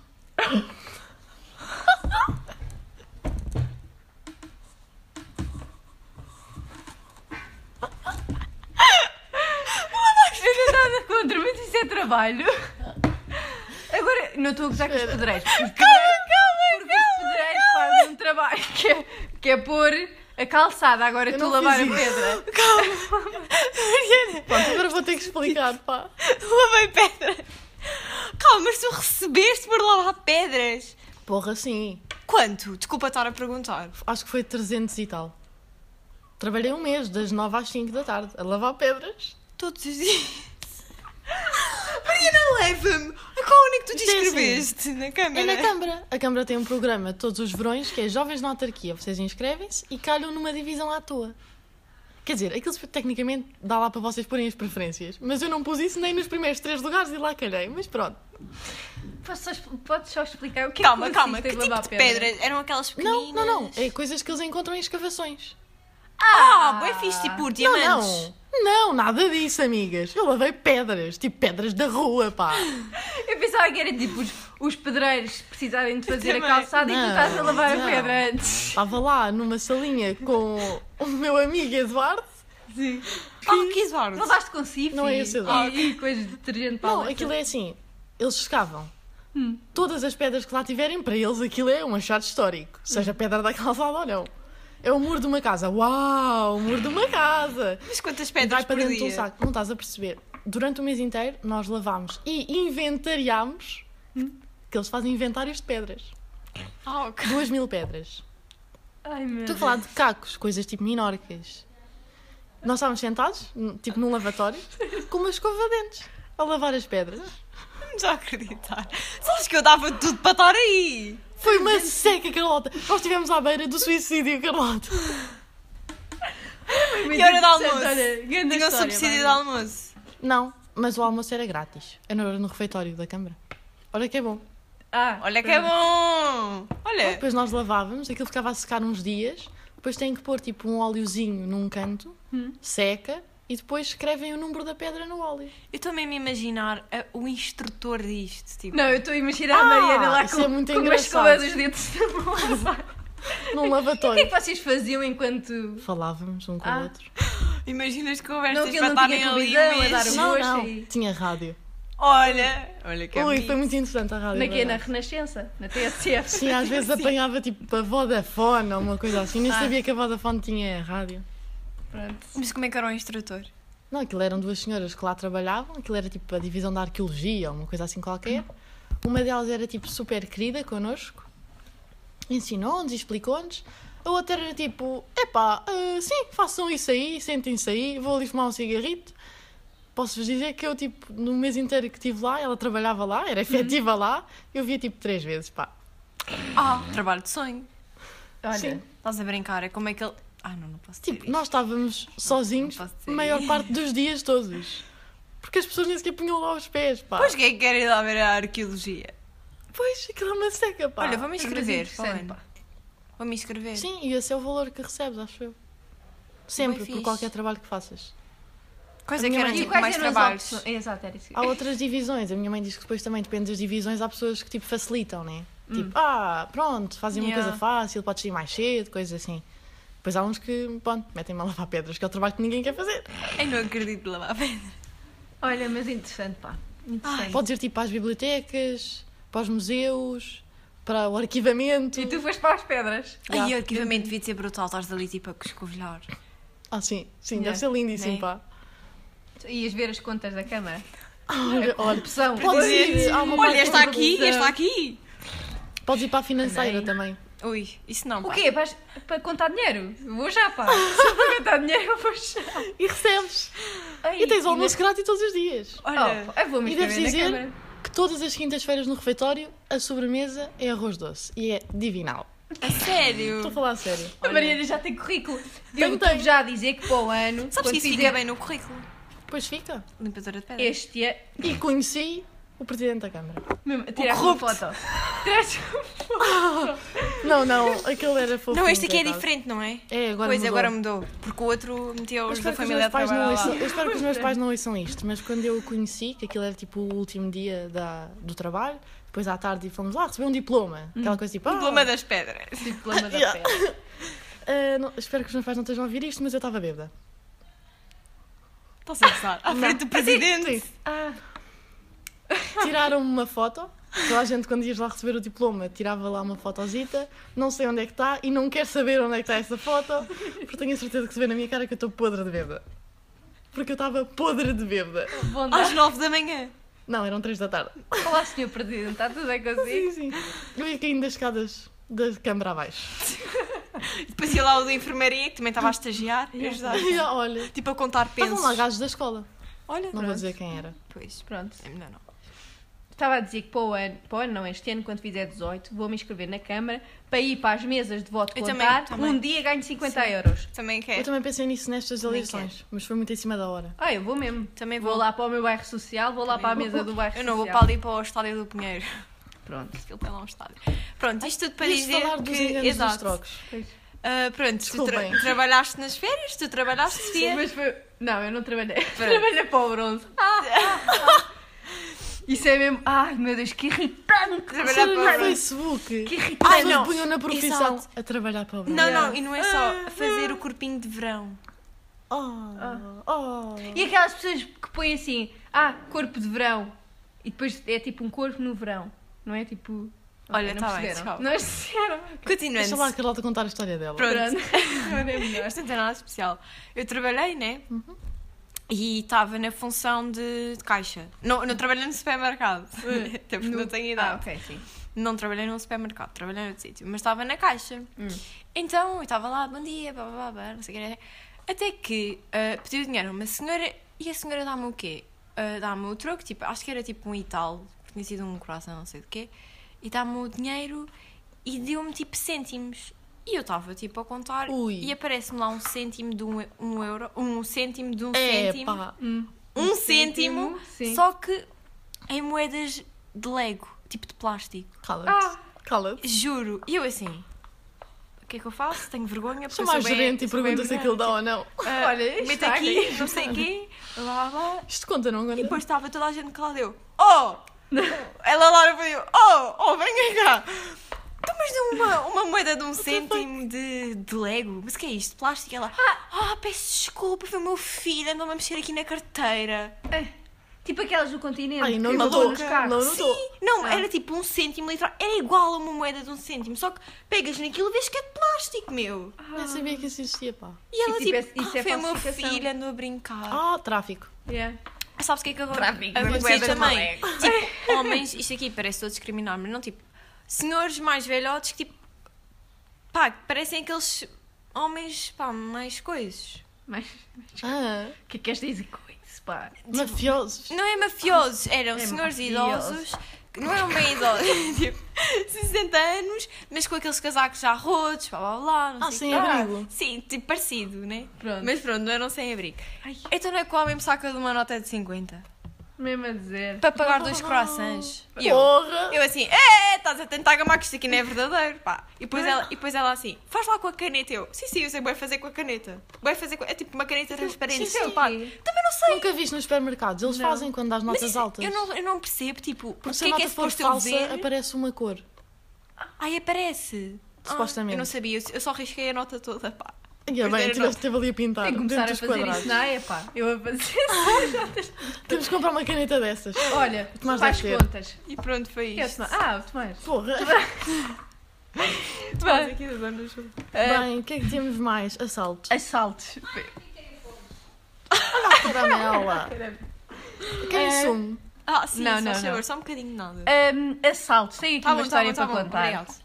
A: Eu não tenho nada contra, mas isso é trabalho. Agora, não estou a gozar com os pedreiros. Calma, calma, Porque os pedreiros fazem um trabalho que é, que é pôr a calçada. Agora
C: Eu
A: estou a
C: não
A: lavar a
C: fiz isso.
A: pedra.
B: Mariana,
C: Pronto, agora vou ter que explicar, pá.
B: lavei pedra. Calma, mas tu recebeste por lavar pedras.
C: Porra, sim.
B: Quanto? Desculpa estar a perguntar.
C: Acho que foi 300 e tal. Trabalhei um mês, das 9 às 5 da tarde, a lavar pedras.
B: Todos os dias. Mariana, leva-me. Qual é que tu te
C: Isto é assim.
B: inscreveste na
C: É
B: câmara?
C: na Câmara. A Câmara tem um programa todos os verões que é Jovens na Autarquia. Vocês inscrevem-se e calham numa divisão à toa. Quer dizer, aquilo tecnicamente dá lá para vocês porem as preferências. Mas eu não pus isso nem nos primeiros três lugares e lá calhei. Mas pronto.
A: Posso só expl- Podes só explicar o que
B: Calma,
A: é que
B: calma,
A: consiste
B: que
A: em
B: tipo
A: lavar
B: de pedras? Eram aquelas
C: Não,
B: pequeninas?
C: não, não. É coisas que eles encontram em escavações.
B: Ah, bem fixe, tipo diamantes.
C: Não, não. Não, nada disso, amigas. Eu lavei pedras. Tipo pedras da rua, pá.
A: Eu pensava que era tipo os, os pedreiros precisarem de fazer
B: também.
A: a calçada e tu
C: Não,
A: estás a lavar
C: não.
A: a pedra antes.
C: Estava lá numa salinha com o meu amigo Eduardo.
A: Sim.
B: Oh, que Eduardo.
A: Lavaste com cifre
C: Não é esse lá.
A: e, e coisas de detergente para
C: Não,
A: a
C: aquilo é assim. Eles escavam. Todas as pedras que lá tiverem, para eles aquilo é um achado histórico. Seja pedra da calçada ou não. É o muro de uma casa. Uau, o muro de uma casa.
B: Mas quantas
C: E
B: pedras
C: vai para
B: por
C: dentro
B: dia?
C: de um saco. Não estás a perceber. Durante o mês inteiro, nós lavámos e inventariámos. Que eles fazem inventários de pedras.
B: Ah, ok.
C: Duas mil pedras.
A: Ai, meu
C: Estou a
A: Deus.
C: falar de cacos, coisas tipo minorcas. Nós estávamos sentados, n- tipo num lavatório, com uma escova de dentes, a lavar as pedras.
B: Não estou a acreditar. Sabes que eu dava tudo para estar aí.
C: Foi uma seca, Carlota. Nós estivemos à beira do suicídio, Carlota.
A: Muito
B: E a hora de
A: interessante,
B: almoço?
A: olha, grande
B: Tinham
A: história,
B: subsídio de
A: Bárbara.
B: almoço.
C: Não, mas o almoço era grátis. Era no- no refeitório da Câmara. Olha que é bom.
A: Ah,
B: Olha que é bom! Olha!
C: Depois nós lavávamos, aquilo ficava a secar uns dias. Depois têm que pôr tipo um óleozinho num canto, seca, e depois escrevem o número da pedra no óleo.
B: Eu estou mesmo a imaginar a- o instrutor disto. Tipo,
A: Não, eu estou a imaginar a
C: Ah,
A: Mariana lá
C: isso
A: com,
C: é muito
A: com uma
C: engraçado.
A: escova dos dentes na mão a lavar. O
C: Num
A: que é
C: lavatório.
A: que vocês faziam enquanto.
C: Falávamos um com
A: Ah.
C: o outro.
B: Imagina as
A: Não,
B: conversas
A: que ele
B: para
A: não tinha
B: estarem
A: televisão,
B: ali um
A: a dar
B: mês.
A: o-
C: Não,
A: Poxa,
C: não.
A: e-
C: Tinha rádio.
B: Olha! Olha que é
C: Ui,
B: bonito.
C: foi muito interessante a rádio.
A: Na quê? Na
C: verdade.
A: Renascença? Na TSF?
C: Sim, às vezes apanhava tipo a Vodafone ou uma coisa assim. Nem
A: Ah.
C: sabia que a Vodafone tinha rádio.
A: Pronto.
B: Mas como é que era o instrutor?
C: Não, aquilo eram duas senhoras que lá trabalhavam, aquilo era tipo a divisão da arqueologia ou uma coisa assim qualquer. Uma delas era tipo super querida connosco, ensinou-nos e explicou-nos. A outra era tipo: epá, ah, sim, façam isso aí, sentem-se aí, vou ali fumar um cigarrito. Posso-vos dizer que eu, tipo, no mês inteiro que estive lá, ela trabalhava lá, era efetiva lá, eu via tipo três vezes, pá.
B: Ah, trabalho de sonho.
A: Olha.
C: Sim.
B: Estás a brincar, é como é que ele. Ah, não, não posso dizer
C: Tipo, nós estávamos sozinhos
B: não posso
C: a
B: dizer
C: maior parte dos dias todos. Porque as pessoas nem sequer punham lá os pés, pá.
B: Pois quem é que quer ir lá ver a arqueologia?
C: Pois, aquilo é uma seca, pá.
B: Olha, vou-me
A: Mas
B: inscrever.
A: interessante,
B: Falando.
A: pá.
B: Vou-me inscrever.
C: Sim, e esse é o valor que recebes, acho eu. Sempre, por
B: fixe.
C: qualquer trabalho que faças.
B: Quais
C: A
B: é que
C: minha
B: eram
C: mãe-
A: E
B: tipo,
A: quais
B: mais
A: eram as
B: trabalhos?
A: opções? Exato, era isso.
C: Há outras divisões. A minha mãe diz que depois também depende das divisões. Há pessoas que tipo facilitam, né? Tipo, ah, pronto, fazem uma
B: Hum. Yeah.
C: coisa fácil, podes sair mais cedo, coisas assim. Depois há uns que, pronto, metem-me a lavar pedras, que é o trabalho que ninguém quer fazer.
B: Eu não acredito lá a pedra.
A: Olha, mas interessante, pá.
B: É.
A: Interessante.
C: Podes ir tipo para as bibliotecas, para os museus, para o arquivamento.
A: E tu foste para as pedras.
C: Yeah.
B: Ai, o arquivamento devia ser brutal, estás ali tipo a escovilhar.
C: Ah, sim, sim,
A: Yeah.
C: deve ser lindíssimo,
B: Né?
C: pá.
A: Tu Ias ver as contas da Câmara.
C: Olha, olha,
A: Opção.
C: Podes
B: dizer,
C: ir, há uma
B: Olha,
C: parte
B: está aqui,
C: da-
B: está aqui.
C: Podes ir para a financeira
A: Também.
C: também.
B: Ui, isso não.
A: O
B: pá.
A: quê? Para, para contar dinheiro? Eu Vou já, pá. Se eu para contar dinheiro, eu vou já.
C: E recebes.
A: Ai,
C: E tens
A: ainda-
C: almoço grátis todos os dias.
A: Oh,
B: Olha,
A: pá, eu vou-me
C: E deves
A: inscrever na
C: dizer
A: Câmara.
C: que todas as quintas-feiras no refeitório a sobremesa é arroz doce e é divinal.
B: a sério.
C: Estou a falar a sério.
A: A Mariana já tem currículo.
C: Tenho,
A: Eu
C: tenho.
A: estou já a dizer que para o ano,
B: Sabes que
A: quando
B: isso fica
A: fizer
B: bem no currículo?
C: Pois fica.
B: Limpadora de pedra.
A: este ano,
C: E conheci o presidente da Câmara.
A: mesmo, tirar uma
B: corrupto.
A: foto. Tiraste
C: Não, não, aquele era fofo.
B: Não, este aqui é diferente, não é?
C: É, agora
B: pois,
C: mudou.
B: agora mudou. Porque o outro meteu
C: Eu
B: é os da
C: espero, que os meus
B: família a
C: pais não
B: trabalhar lá.
C: ouçam, eu espero que os meus pais não ouçam isto, mas quando eu o conheci, que aquilo era tipo o último dia da, do trabalho, depois à tarde fomos lá receber um diploma. Aquela coisa tipo. ah,
B: Diploma das pedras.
A: o diploma da
C: Yeah.
A: pedra.
C: ah, não- espero que os meus pais não estejam a ouvir isto, mas eu estava bêbada.
B: Estás a gozar. À frente do presidente.
C: Sim.
A: Ah,
C: Tiraram-me uma foto. Toda a gente, quando ias lá receber o diploma, tirava lá uma fotosita. Não sei onde é que está e não quero saber onde é que está essa foto, porque tenho a certeza que se vê na minha cara que eu estou podre de bêbada. Porque eu estava podre de bêbada.
A: bondade.
B: Às nove da manhã.
C: Não, eram três da tarde.
A: Olá, senhor Presidente, está tudo bem consigo?
C: Sim, sim. Eu ia caindo das escadas da câmara abaixo.
B: Depois ia lá o da enfermaria, que também estava a estagiar, e ajudar.
C: E olha,
B: Tipo a contar
C: estavam
B: pesos.
C: lá gajos da escola.
B: Olha,
C: Não
B: pronto.
C: vou dizer quem era.
B: Pois,
A: Pronto.
B: é melhor não.
A: Estava a dizer que para o ano, para o ano não, este ano, quando fizer 18, vou-me inscrever na Câmara para ir para as mesas de voto
B: Eu também,
A: contar.
B: também.
A: Um dia ganho 50
B: Sim.
A: euros.
B: Também
C: Eu
B: quer.
C: também pensei nisso nestas
B: Nem
C: eleições, mas foi muito em cima da hora.
A: Ah, eu vou mesmo.
B: Também
A: Vou
B: vou.
A: lá para o meu bairro social, vou lá para a mesa do bairro
B: Eu não vou para
A: social.
B: ali para o estádio do Pinheiro.
A: é Pronto.
B: Aquilo tem lá um estádio. Pronto, isto tudo para
C: Ias
B: dizer
C: falar dos
B: que...
C: enganos dos
B: Exato.
C: trocos.
B: Ah, pronto, tu tra-
C: Desculpem.
B: trabalhaste nas férias, tu trabalhaste, Sofia.
A: Mas foi... Não, eu não trabalhei. trabalhei para o bronze. Ah, ah, ah. Isso é mesmo. Ai meu Deus, que irritante!
B: Trabalhar
C: Era no
B: para o bronze.
C: Facebook.
A: Que irritante!
B: Ai,
C: Ai,
B: não.
C: não. punham na profissão
B: Exato.
C: a trabalhar para o
B: Não,
A: Yeah.
B: não, e não é só fazer o corpinho de verão.
C: Oh, oh.
A: E aquelas pessoas que põem assim, ah, corpo de verão. E depois é tipo um corpo no verão. Não é tipo.
B: Olha,
A: não
B: tá bem,
A: perceberam.
B: tchau.
A: Não perceberam.
C: Deixa lá a
B: Continuando.
C: Carlota contar a história dela.
B: Pronto.
A: Não é melhor.
B: Isto não tem nada de especial. Eu trabalhei, né? E estava na função de, de caixa. Não, não trabalhei no supermercado. Até porque
A: No-
B: não tenho
A: Ah,
B: idade.
A: ok, sim.
B: Não trabalhei num supermercado, trabalhei noutro sítio, mas estava na caixa. Então eu estava lá, bom dia, blá blá blá, blá, não sei o que era. Até que ah, pediu dinheiro a uma senhora e a senhora dá-me o quê? Ah, dá-me o troco, tipo, acho que era tipo um ital, porque tinha sido um coração, não sei do quê, e dá-me o dinheiro e deu-me tipo cêntimos. E eu estava tipo a contar
C: Ui.
B: e aparece-me lá um cêntimo de um, e- um euro, um cêntimo de um
C: É,
B: cêntimo,
C: pá.
B: um,
A: Um
B: cêntimo,
A: cêntimo, sim.
B: só que em moedas de Lego, tipo de plástico.
C: Cala-te.
B: Ah.
C: Cala-te.
B: Juro. E eu assim, o que é que eu faço? Tenho vergonha porque eu
C: Chama a
B: sou bem-
C: gerente e
B: sou bem
C: pergunta se
B: mulher.
C: aquilo dá um ou não.
B: Ah,
A: Olha, isto
B: mete
A: está
B: aqui,
A: aqui.
B: não sei o quê, lá, lá.
C: Isto conta, não
B: E
C: conta?
B: depois estava toda a gente calada eu, oh! Ela lá pediu, oh, oh, venha cá! Então, mas de uma, uma moeda de um cêntimo de, de Lego, mas o que é isto? Plástico? Ela, ah, oh, peço desculpa, foi o meu filho, andou-me a mexer aqui na carteira.
A: Tipo aquelas do continente.
C: Ai, não
A: que
C: não
A: ficam
C: dou.
A: nos
C: Não,
A: carros.
C: não Ah. dou.
B: Não, era tipo um cêntimo literal, era igual a uma moeda de um cêntimo, só que pegas naquilo e vês que é de plástico, meu.
C: Nem sabia que isso existia, pá.
B: E ela
A: tipo,
B: tipo,
A: é- isso
B: ah,
A: é
B: foi o meu
A: falsificação."
B: filho, andou a brincar.
C: Ah, tráfico.
A: Yeah.
B: Sabes o que é que agora
A: Tráfico,
B: acontecia
A: moedas de
B: também?
A: Malego.
B: Tipo, homens, isto aqui parece estou a discriminar, mas não tipo, senhores mais velhotes que tipo, pá, que parecem aqueles homens, pá, mais coisas.
A: Mas
C: Ah,
A: o que é que és dizer com isso, pá?
B: Tipo,
C: mafiosos.
B: Não é mafiosos, eram
A: É
B: senhores
A: mafiosos.
B: idosos, que não eram bem idosos, tipo, 60 anos, mas com aqueles casacos já rotos, blá blá blá, não
C: Ah,
B: sei o
C: sem
B: quê.
C: abrigo.
B: Sim, tipo parecido, né?
A: Pronto.
B: Mas pronto, não eram sem abrigo.
A: Ai.
B: Então não é que o homem me saca de uma nota de 50
A: Mesmo a dizer.
B: para pagar dois croissants. E eu,
C: Porra!
B: Eu assim, é, estás a tentar gamar que isto aqui não é verdadeiro, pá. E depois ela, e depois ela assim, faz lá com a caneta. Eu, sim, sim, eu sei, vai fazer com a caneta. Vai fazer com, é tipo uma caneta transparente. Tipo,
C: sim, sim.
B: Eu, pá, também não sei.
C: Nunca viste nos supermercados. Eles fazem quando dá as
B: Mas
C: notas
B: isso-
C: altas.
B: eu não, eu não percebo, tipo, o
C: Porque
B: que
C: se a
B: é que
C: nota
B: é
C: for
B: suposto eu
C: falsa,
B: ver?
C: aparece uma cor.
B: Ai, aparece. Ah,
C: Supostamente.
B: eu não sabia, eu- eu só risquei a nota toda, pá.
C: E é
B: Pois
C: bem,
B: era,
C: tiveste teve ali a pintar.
A: Tem que começar
C: dentro
A: a
C: dos
A: fazer
C: quadrados.
A: isso na é pá. Eu a fazer.
C: Temos que comprar uma caneta dessas.
A: Olha,
C: Tomás
A: faz
C: deve ter.
A: contas.
B: E pronto, foi
A: Que é o
B: isto.
A: Tomás? Ah, o Tomás.
C: Porra!
B: Mas aqui da Dona Ju. eh,
C: Bem, o que é que temos mais? Assaltos.
A: Assaltos.
C: Olha a É. caramela! Quem assume?
B: Ah, sim,
A: Não,
B: só,
A: não,
B: favor,
A: não.
B: só um bocadinho de nada.
A: Ahm, Hum, assaltos. Tenho aqui
B: Tá
A: uma
B: bom, tá
A: história
B: bom, tá
A: para
B: bom,
A: contar.
B: obrigado.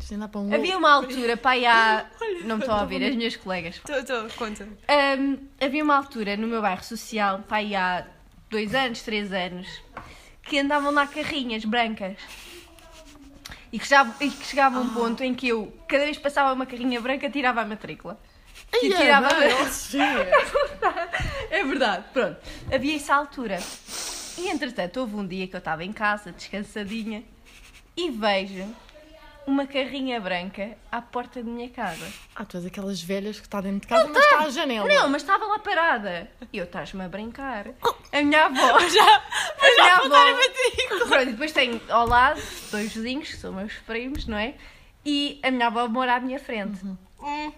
C: Isto ainda há para um
A: Havia uma altura, pá, e há... não me estão a ouvir, as minhas colegas.
B: Tô, tô, conta.
A: Hum, havia uma altura no meu bairro social, pá, aí há dois anos, três anos, que andavam lá carrinhas brancas. E que, já, e que chegava
C: Ah.
A: um ponto em que eu, cada vez que passava uma carrinha branca, tirava a matrícula.
C: Ai,
A: um
C: é,
A: que tirava-
C: não, eu sei.
A: É verdade, pronto. Havia essa altura. E entretanto, houve um dia que eu estava em casa, descansadinha, e vejo uma carrinha branca à porta da minha casa.
C: Ah, tu és aquelas velhas que está dentro de casa, mas está à janela.
A: Não, mas estava lá parada. E eu estás-me a brincar. A minha avó. a minha avó. Pronto, e depois tenho ao lado dois vizinhos, que são meus primos, não é? E a minha avó mora à minha frente.
B: Hum,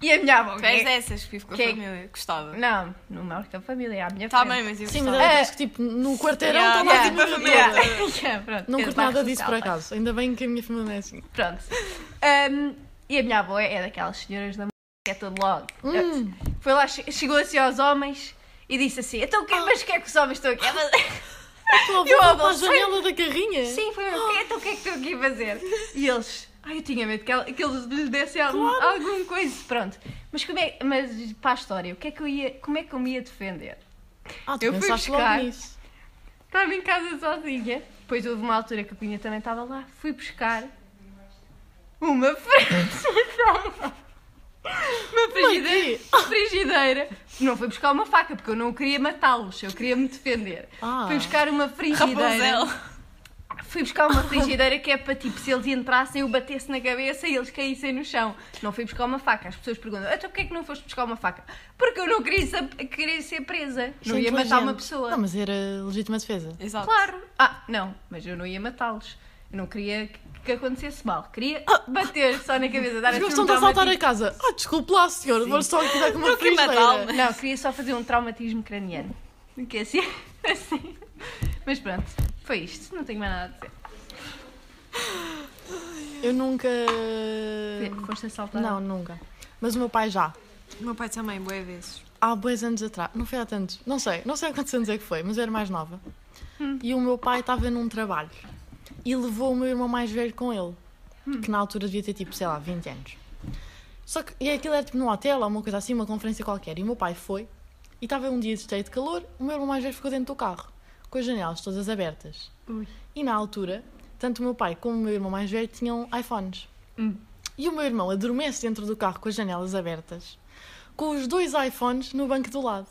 A: E a minha avó.
B: tu és dessas que vive com a
A: Quem-
B: família, gostava.
A: Não, não mora com a família, é à minha
B: Tá bem,
A: frente.
B: mas eu
C: Sim, mas
B: gostava.
C: ela
A: É.
C: diz que tipo, no quarteirão
B: Yeah,
C: está lá
B: yeah,
C: tipo, a
B: tipo,
C: família
B: yeah.
C: toda.
A: Yeah, pronto,
C: Não
A: é
C: curto
A: bairro
C: nada disso por
A: social, pá.
C: acaso. Ainda bem que a minha família não é assim.
A: Pronto. Ahm, e a minha avó é daquelas senhoras da m- que é todo logo.
C: Hum.
A: Foi lá, che- chegou assim aos homens e disse assim: então, quem, mas o que é que os homens estão aqui a fazer?
C: Estou a
A: E o
C: voltar
A: avô,
C: para a
A: sai-
C: janela da carrinha.
A: Sim, foi eu. Então o que é que estou aqui a fazer? E eles. Ai, eu tinha medo que, ela- que eles lhe dessem algum- alguma coisa. Pronto. Mas como é. Mas para a história, o que é que eu ia. Como é que eu me ia defender?
C: Ah, tu
A: Eu fui
C: pensaste logo
A: buscar.
C: nisso.
A: Estava em casa sozinha. Depois houve uma altura que a Cunha também estava lá. Fui buscar. Uma frigideira. Uma frigideira.
C: quê?
A: Uma frigideira. Não fui buscar uma faca, porque eu não queria matá-los, eu queria me defender.
C: Ah.
A: Fui buscar uma frigideira. Fui buscar uma frigideira que é para tipo, se eles entrassem, eu batesse na cabeça e eles caíssem no chão. Não fui buscar uma faca. As pessoas perguntam: então porquê é que não foste buscar uma faca? Porque eu não queria ser, queria ser presa.
C: Isso
A: Não
C: é
A: ia matar uma
C: inteligente.
A: pessoa.
C: Não, mas era legítima defesa.
B: Exato.
A: Claro. Ah, não, mas eu não ia matá-los. Eu não queria que- que acontecesse mal. Queria bater só na cabeça, dar
C: Mas
A: assim
C: gostam
A: um
C: de assaltar a
A: traumatismo.
C: casa. Ah, desculpe lá, senhor. Vou só aqui dar com uma
B: queria matá-lo.
C: frigideira.
A: Não, queria só fazer um traumatismo craniano. Que é assim, assim. Mas pronto, foi isto. Não tenho mais nada a dizer.
C: Eu nunca...
A: Foste assaltada.
C: Hum. Não, nunca. Mas o meu pai já.
B: O meu pai também, boé vezes.
C: há dois anos atrás, não foi há tantos, não sei, não sei há quantos anos é que foi, mas eu era mais nova. E o meu pai estava num trabalho e levou o meu irmão mais velho com ele, que na altura devia ter tipo, sei lá, 20 anos. Só que e aquilo era tipo num hotel ou uma coisa assim, uma conferência qualquer. E o meu pai foi e estava um dia cheio de calor, o meu irmão mais velho ficou dentro do carro, com as janelas todas abertas.
A: Ui.
C: E na altura, tanto o meu pai como o meu irmão mais velho tinham iPhones. e o meu irmão adormece dentro do carro com as janelas abertas, com os dois iPhones no banco do lado.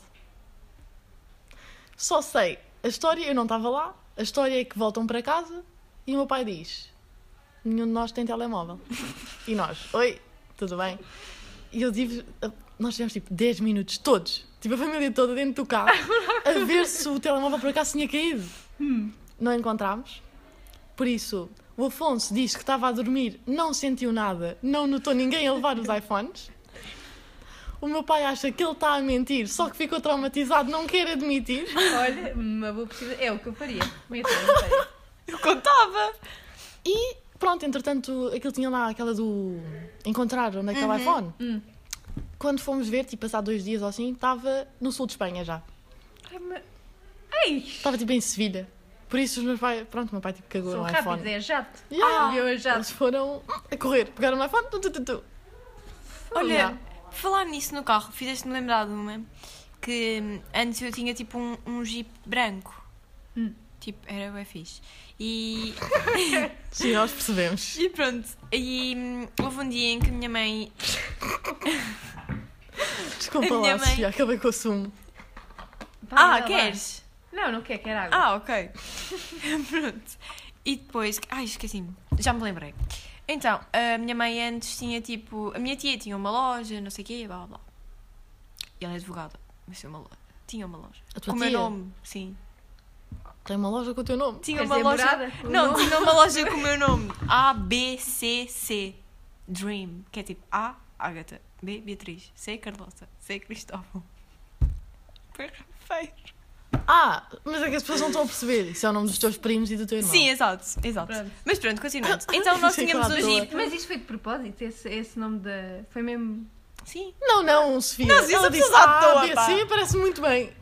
C: Só sei, a história, eu não estava lá, a história é que voltam para casa e o meu pai diz: Nenhum de nós tem telemóvel. E nós: Oi, tudo bem? E eu tive. Nós tivemos tipo 10 minutos, todos, tipo a família toda dentro do carro, a ver se o telemóvel por acaso tinha caído. Não encontramos. Por isso, o Afonso diz que estava a dormir, não sentiu nada, não notou ninguém a levar os iPhones. O meu pai acha que ele está a mentir, só que ficou traumatizado, não quer admitir.
A: Olha, uma boa possibilidade. É o que eu faria. Uma ideia, uma ideia.
B: Eu contava.
C: E pronto, entretanto, aquilo tinha lá aquela do encontrar onde é que estava
B: Uhum.
C: o iPhone.
A: Hum.
C: Quando fomos ver, tipo, passar dois dias ou assim, estava no sul de Espanha já.
A: Ai, mas- Ai,
C: Estava tipo em Sevilha. Por isso os meus pais, pronto, o meu pai tipo cagou
A: são
C: no
A: rápidos,
C: iPhone. Ah.
A: é jato.
C: Yeah.
A: E
B: Ah,
A: eu a jato.
C: Eles foram a correr, pegaram o iPhone, tu, tu, tu, tu.
B: Olha, Ah,
C: Yeah.
B: por falar nisso no carro, fizeste-me lembrar de uma que hum, antes eu tinha tipo um, um jeep branco.
A: Hum.
B: Tipo, era o fixe. E,
C: Sim, nós percebemos.
B: e pronto. E hum, houve um dia em que a minha mãe.
C: Desculpa
B: Minha
C: lá,
B: mãe.
C: Sofia, acabei com o sumo.
A: Vai
B: Ah,
A: lá.
B: queres?
A: Não, não quer, quer água.
B: Ah, ok. Pronto. E depois. Ai, esqueci-me. Já me lembrei. Então, a minha mãe antes tinha tipo. A minha tia tinha uma loja, não sei o quê, blá blá blá. E ela é advogada, mas tinha uma loja. Tinha uma loja.
C: A tua
B: Com o meu
C: tia
B: nome, sim.
C: tem uma loja com o teu nome.
B: Tinha
A: Quer
B: uma
A: dizer,
B: loja.
A: morada? O
B: Não,
A: nome?
B: tinha uma loja com o meu nome. A, B, C, C. Dream. Que é tipo A, Agatha. B, Beatriz. C, Carlota. C, Cristóvão. Perfeito.
C: Ah, mas é que as pessoas não estão a perceber. Isso é o nome dos teus primos e do teu irmão.
B: Sim, exato. exato.
A: Pronto.
B: Mas pronto, continuando. Então nós
C: Sim,
B: tínhamos um
C: claro,
B: jeep.
A: Mas isto foi de propósito, esse, esse nome da. Foi mesmo.
B: Sim.
C: Não, não, Sofia.
B: Não, isso
C: Ela
B: é
C: disse,
B: pessoa à
C: ah,
B: toa,
C: B,
B: pá."
C: C, parece muito bem.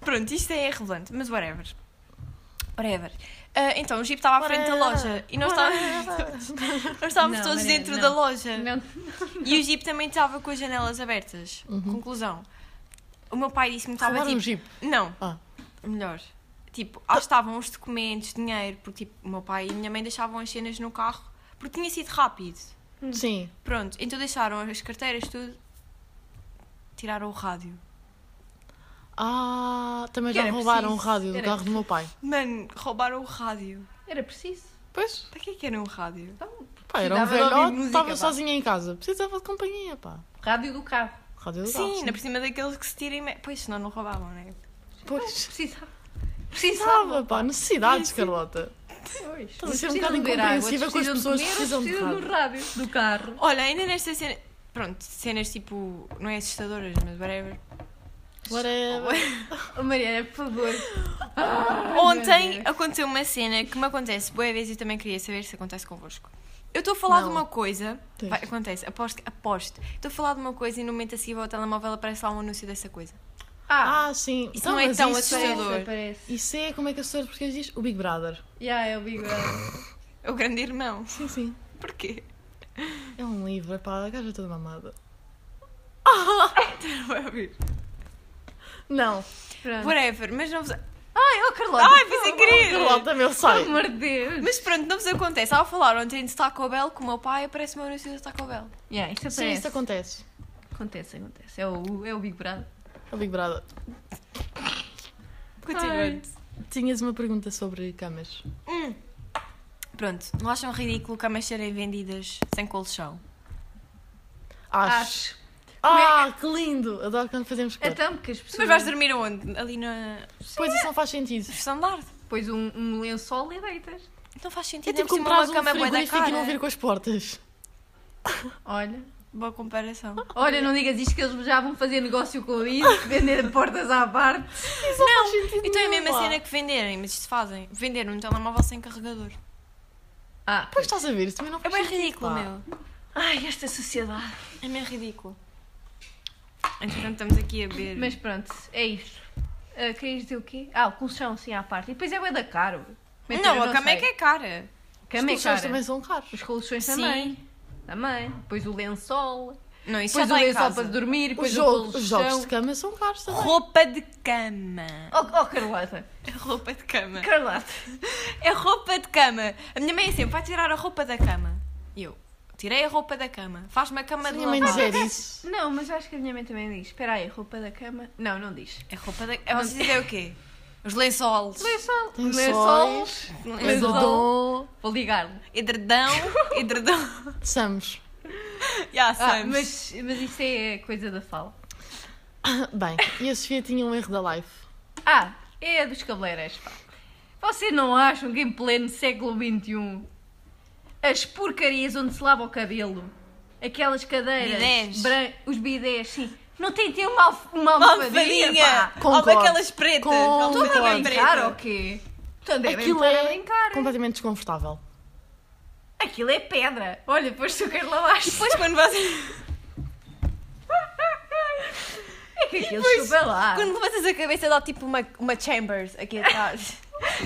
B: Pronto, isto é relevante, mas whatever. Whatever. Ah, então o jeep estava à frente da loja e nós estávamos, nós estávamos
A: Não,
B: todos
A: Mariana,
B: dentro
A: não.
B: da loja.
A: Não,
B: E o jeep também estava com as janelas abertas. Conclusão. O meu pai disse-me que estava
C: Uhum. Roubaram um
B: tipo.
C: jeep.
B: Não.
C: Ah.
B: Melhor. Tipo, lá estavam os documentos, dinheiro, porque tipo, o meu pai e a minha mãe deixavam as cenas no carro porque tinha sido rápido.
C: Sim.
B: Pronto, então deixaram as carteiras, tudo. Tiraram o rádio.
C: Ah, também
A: Que
C: já
A: era
C: roubaram
A: preciso,
C: o rádio do
A: era
C: carro do meu pai.
B: Mano, roubaram o rádio.
A: era preciso.
C: Pois,
B: Para que é que era um rádio?
A: Então,
C: pá, era um
A: Precisava de ouvir
C: velhote,
A: música,
C: estava
A: pá.
C: sozinha em casa. Precisava de companhia, pá.
A: rádio do carro.
C: Rádio do carro.
B: Sim, ainda por cima daqueles que se tirem. me- Pois, senão não roubavam, né?
C: Pois,
A: Precisava.
C: precisava,
A: Precisava.
C: pá. Necessidades, Carlota.
A: Pois.
C: Estás a ser um
A: Precisam
C: bocado
A: de beber água,
C: incompreensiva com as pessoas que
A: precisam de comer ou
C: precisam de
A: precisam do rádio, do carro.
B: Olha, ainda nesta cena. Pronto, cenas tipo. Não é assustadoras, mas whatever.
C: Whatever.
A: Oh, Mariana, por favor.
B: Ontem aconteceu uma cena que me acontece boa vez e eu também queria saber se acontece convosco. Eu estou a falar
C: Não.
B: de uma coisa.
C: Tens.
B: Vai, acontece, aposto, aposto. Estou a falar de uma coisa e no momento a seguir ao telemóvel aparece lá um anúncio dessa coisa.
A: Ah,
C: Ah, sim.
B: Isso não é
C: mas
B: tão
C: isso,
B: assustador.
A: parece, parece.
C: Isso é, como é que a senhora portuguesa diz? O Big Brother.
A: Já, é o Big Brother.
B: É o grande irmão.
C: Sim, sim.
B: Porquê?
C: É um livro, pá. A gaja é toda mamada.
B: Vai ouvir.
C: Não.
A: Pronto.
B: Whatever, mas não vos.
A: Ai, oh Carlota.
B: Ai,
A: por
B: foi sem
A: favor.
B: querer!
C: Carlota, meu, sai.
A: Pelo amor de Deus.
B: Mas pronto, não vos acontece. Ao falar ontem de Taco Bell com o meu pai, aparece um anúncio de Taco Bell.
A: Yeah, isso
C: Sim,
A: aparece.
C: isso acontece.
A: Acontece, acontece. É o, é o Big Brother.
C: O Big Brother.
B: Continuando.
C: Tinhas uma pergunta sobre camas.
B: Hum. Pronto, não acham ridículo camas serem vendidas sem colchão?
C: Acho.
A: Acho.
C: Ah, que lindo! Adoro quando fazemos cor.
A: Então, porque as pessoas.
B: Mas vais dormir aonde? Ali na
C: Pois isso não faz sentido.
B: estandarte.
A: Pões um, um lençol e deitas.
B: Não Então faz sentido.
C: É tipo
B: ainda por cima
C: comprar um
B: uma cama bué da
C: frigorífico
B: cara.
C: e não vir com as portas.
A: Olha.
B: Boa comparação.
A: Olha, não digas isto que eles já vão fazer negócio com isso, vender portas à parte.
C: Isso não, faz sentido
B: Então é a
C: nenhum,
B: mesma
C: pá.
B: cena que venderem, mas isto fazem. Venderam um telemóvel sem carregador.
A: Ah,
C: Pois estás a ver, isso também não
B: É
C: faz
B: bem
C: sentido,
B: ridículo,
C: pá.
B: meu.
A: Ai, esta sociedade.
B: É bem ridículo. Entretanto, estamos aqui a beber.
A: Mas pronto, é isto. Ah, querias dizer o quê? Ah, o colchão, sim, à parte. E depois é bué da caro. Mentira,
B: não, a cama
A: sei.
B: é que é cara.
A: Cama é
C: Os colchões
A: cara.
C: também são caros.
A: Os colchões
B: Sim.
A: também. Também. Depois o lençol.
B: Não,
A: Depois
B: isso
A: o
B: já está em
A: lençol
B: casa.
A: para dormir.
C: Os
A: Depois
C: jogos,
A: o
C: os
A: colchão.
C: jogos de cama são caros também.
B: Roupa de cama.
A: Oh, oh, Carlota.
B: Roupa de cama.
A: Carlota.
B: assim, É roupa de cama. A minha mãe é sempre vai tirar a roupa da cama. E eu, Tirei a roupa da cama. Faz-me a cama
C: Se
B: de
C: minha mãe
B: lavar.
C: dizer isso.
A: Não, mas acho que a minha mãe também diz. Espera aí, roupa da cama. Não, não diz.
B: A É roupa da cama. Vocês dizem o quê? Os lençóis.
A: Lençol.
C: Lençóis.
A: Lençóis.
B: Lençol.
A: Lençol. Vou ligar-lhe.
B: Edredão. Edredão.
C: Somos.
B: Já
A: Ah,
B: sabes.
A: mas, mas isso é coisa da fala.
C: Bem, e a Sofia tinha um erro da life.
A: Ah, é a dos cabeleireiros, pá. Vocês não acham que em pleno século XXI as porcarias onde se lava o cabelo, aquelas cadeiras,
B: Bidés.
A: bran- os bidés, sim, não tem de ter uma, alf- uma
B: Uma
A: almofadinha,
B: almofadinha.
A: pá?
C: Concordo.
B: Ou aquelas pretas.
C: Concordo.
A: Estão a
B: Almofadinha
A: brincar ou
B: preta.
A: quê? Estão devem
C: Aquilo
A: estar a
C: é
A: brincar.
C: completamente desconfortável.
A: Aquilo é pedra. Olha, depois tu queres lavar.
B: Depois quando vocês...
A: É que aquilo
B: Pois,
A: chupa lá.
B: Quando levantas a cabeça dá tipo uma, uma chambers aqui atrás.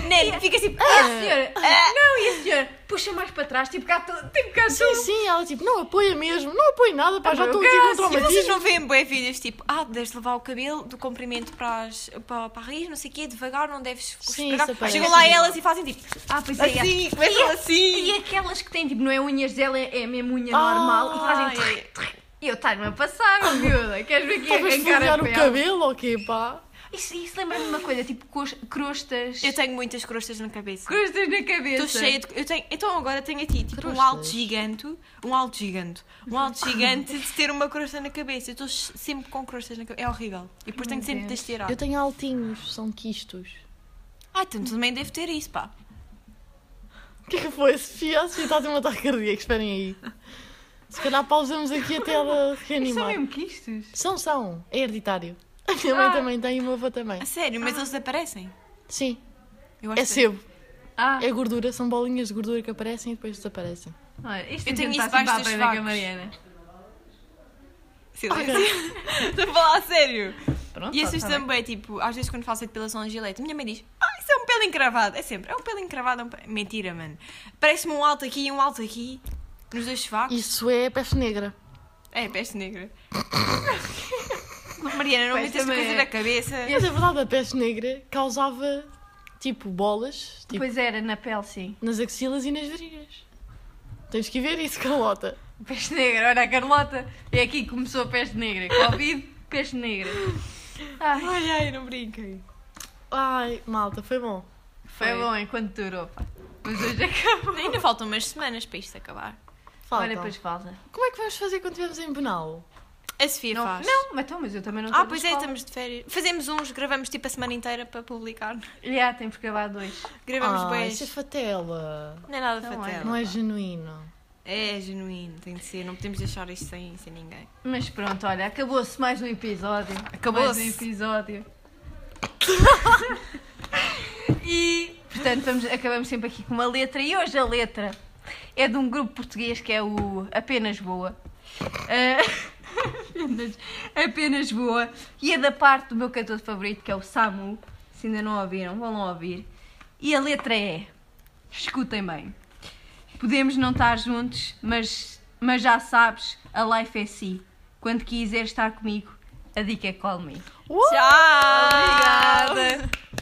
B: Nele, fica tipo.
A: Ah,
B: "Ah!"
A: senhora, não, e a senhora puxa mais para trás, tipo cá, to- tipo cá
C: Sim, sim, ela tipo, não apoia mesmo, não apoia nada, pá, já estou aqui com um
B: E vocês
C: traumatismo.
B: não veem bem vídeos tipo, ah, deves levar o cabelo do comprimento para, as, para, para a raiz, não sei o quê, devagar, não deves
C: Sim,
B: esfregar.
C: isso aparece.
B: Chegam lá elas e fazem tipo,
A: Ah, pois é.
B: assim, começam assim.
A: E aquelas que têm, tipo, não é unhas dela, é mesmo unha
C: Ah,
A: normal e fazem.
B: Ai,
A: E eu estás-me a passar, oh, miúda. Queres ver que
C: Talvez
A: arrancar
C: folhear
A: é a
C: o
A: pele?
C: cabelo ou quê, pá?
A: Isso, isso lembra-me de uma coisa, tipo cos- crostas.
B: Eu tenho muitas crostas na cabeça.
A: Crostas na cabeça.
B: Estou cheia de. Eu tenho, então agora tenho a ti, tipo,
C: Crostas?
B: um alto gigante, um alto gigante, um alto gigante de ter uma crosta na cabeça. Eu estou sempre com crostas na cabeça. É horrível. E depois tenho sempre de as tirar.
C: Tá. Eu tenho altinhos, são quistos.
B: Ah, então tu também deve ter isso, pá.
C: O que é que foi, Sofia? A Sofia está a ter um ataque cardíaco, esperem aí. Se calhar pausamos aqui até ela
A: Isso são
C: reanimar.
A: mesmo quistos.
C: São, são. É hereditário. A minha mãe
A: Ah.
C: também tem e o meu avô também.
B: A sério, mas eles aparecem.
C: Sim,
B: Eu
C: é
B: acho que-
C: sebo.
A: Ah,
C: É gordura, são bolinhas de gordura que aparecem e depois desaparecem.
A: olha, isto
B: Eu tenho
A: está
B: isso
A: sempre
B: debaixo
A: à
B: dos
A: beira da
B: facos.
A: Mariana.
B: Silêncio. Estou a falar a sério.
A: Pronto,
B: E
A: tá, tá
B: assusta-me bem, tipo, às vezes quando faço a depilação a gilete, minha mãe diz, ah, isso é um pelo encravado. É sempre, é um pelo encravado, é um pelo... Mentira, mano. Parece-me um alto aqui e um alto aqui, nos dois facos.
C: Isso é peste negra.
B: É, peste negra. Mariana, não
A: Peste
B: metas
A: também
B: coisa
A: é.
B: na cabeça.
C: Mas a verdade, a peste negra causava tipo bolas tipo,
A: Pois era, na pele, sim.
C: nas axilas e nas varilhas. Tens que ver isso, Carlota.
A: Peste negra, olha a Carlota. É aqui que começou a peste negra. Covid, peste negra. Ai,
B: Ai, ai, não brinquem.
C: Ai, malta, foi bom.
A: foi,
B: Foi.
A: bom enquanto durou, pá. Mas hoje é acabou.
B: Ainda faltam umas semanas para isto acabar.
C: Falta.
A: Olha, pois falta.
C: Como é que vamos fazer quando estivermos em Benal?
B: A Sofia
A: Não,
B: faz.
A: não, mas, então, mas eu também não
B: É Ah,
A: na
B: pois é,
A: escola.
B: estamos de férias. Fazemos uns, gravamos tipo a semana inteira para publicar.
A: Já, temos que gravar dois.
B: Gravamos
C: ah,
B: boas.
C: isso é fatela.
B: Não é nada
A: Não
B: fatela.
C: Não é
B: pá.
C: genuíno.
B: É genuíno, tem de ser. Não podemos deixar isto sem, sem ninguém.
A: Mas pronto, olha, acabou-se mais um episódio.
B: Acabou-se.
A: Mais um episódio. e, portanto, vamos, acabamos sempre aqui com uma letra. E hoje a letra é de um grupo português que é o Apenas Boa. Ah, apenas, apenas Boa. E é da parte do meu cantor favorito, que é o Samu. Se ainda não ouviram, vão lá ouvir. E a letra é... Escutem bem. Podemos não estar juntos, mas, mas já sabes, a life é si. Quando quiseres estar comigo, a dica é call me.
B: Tchau!
A: Obrigada!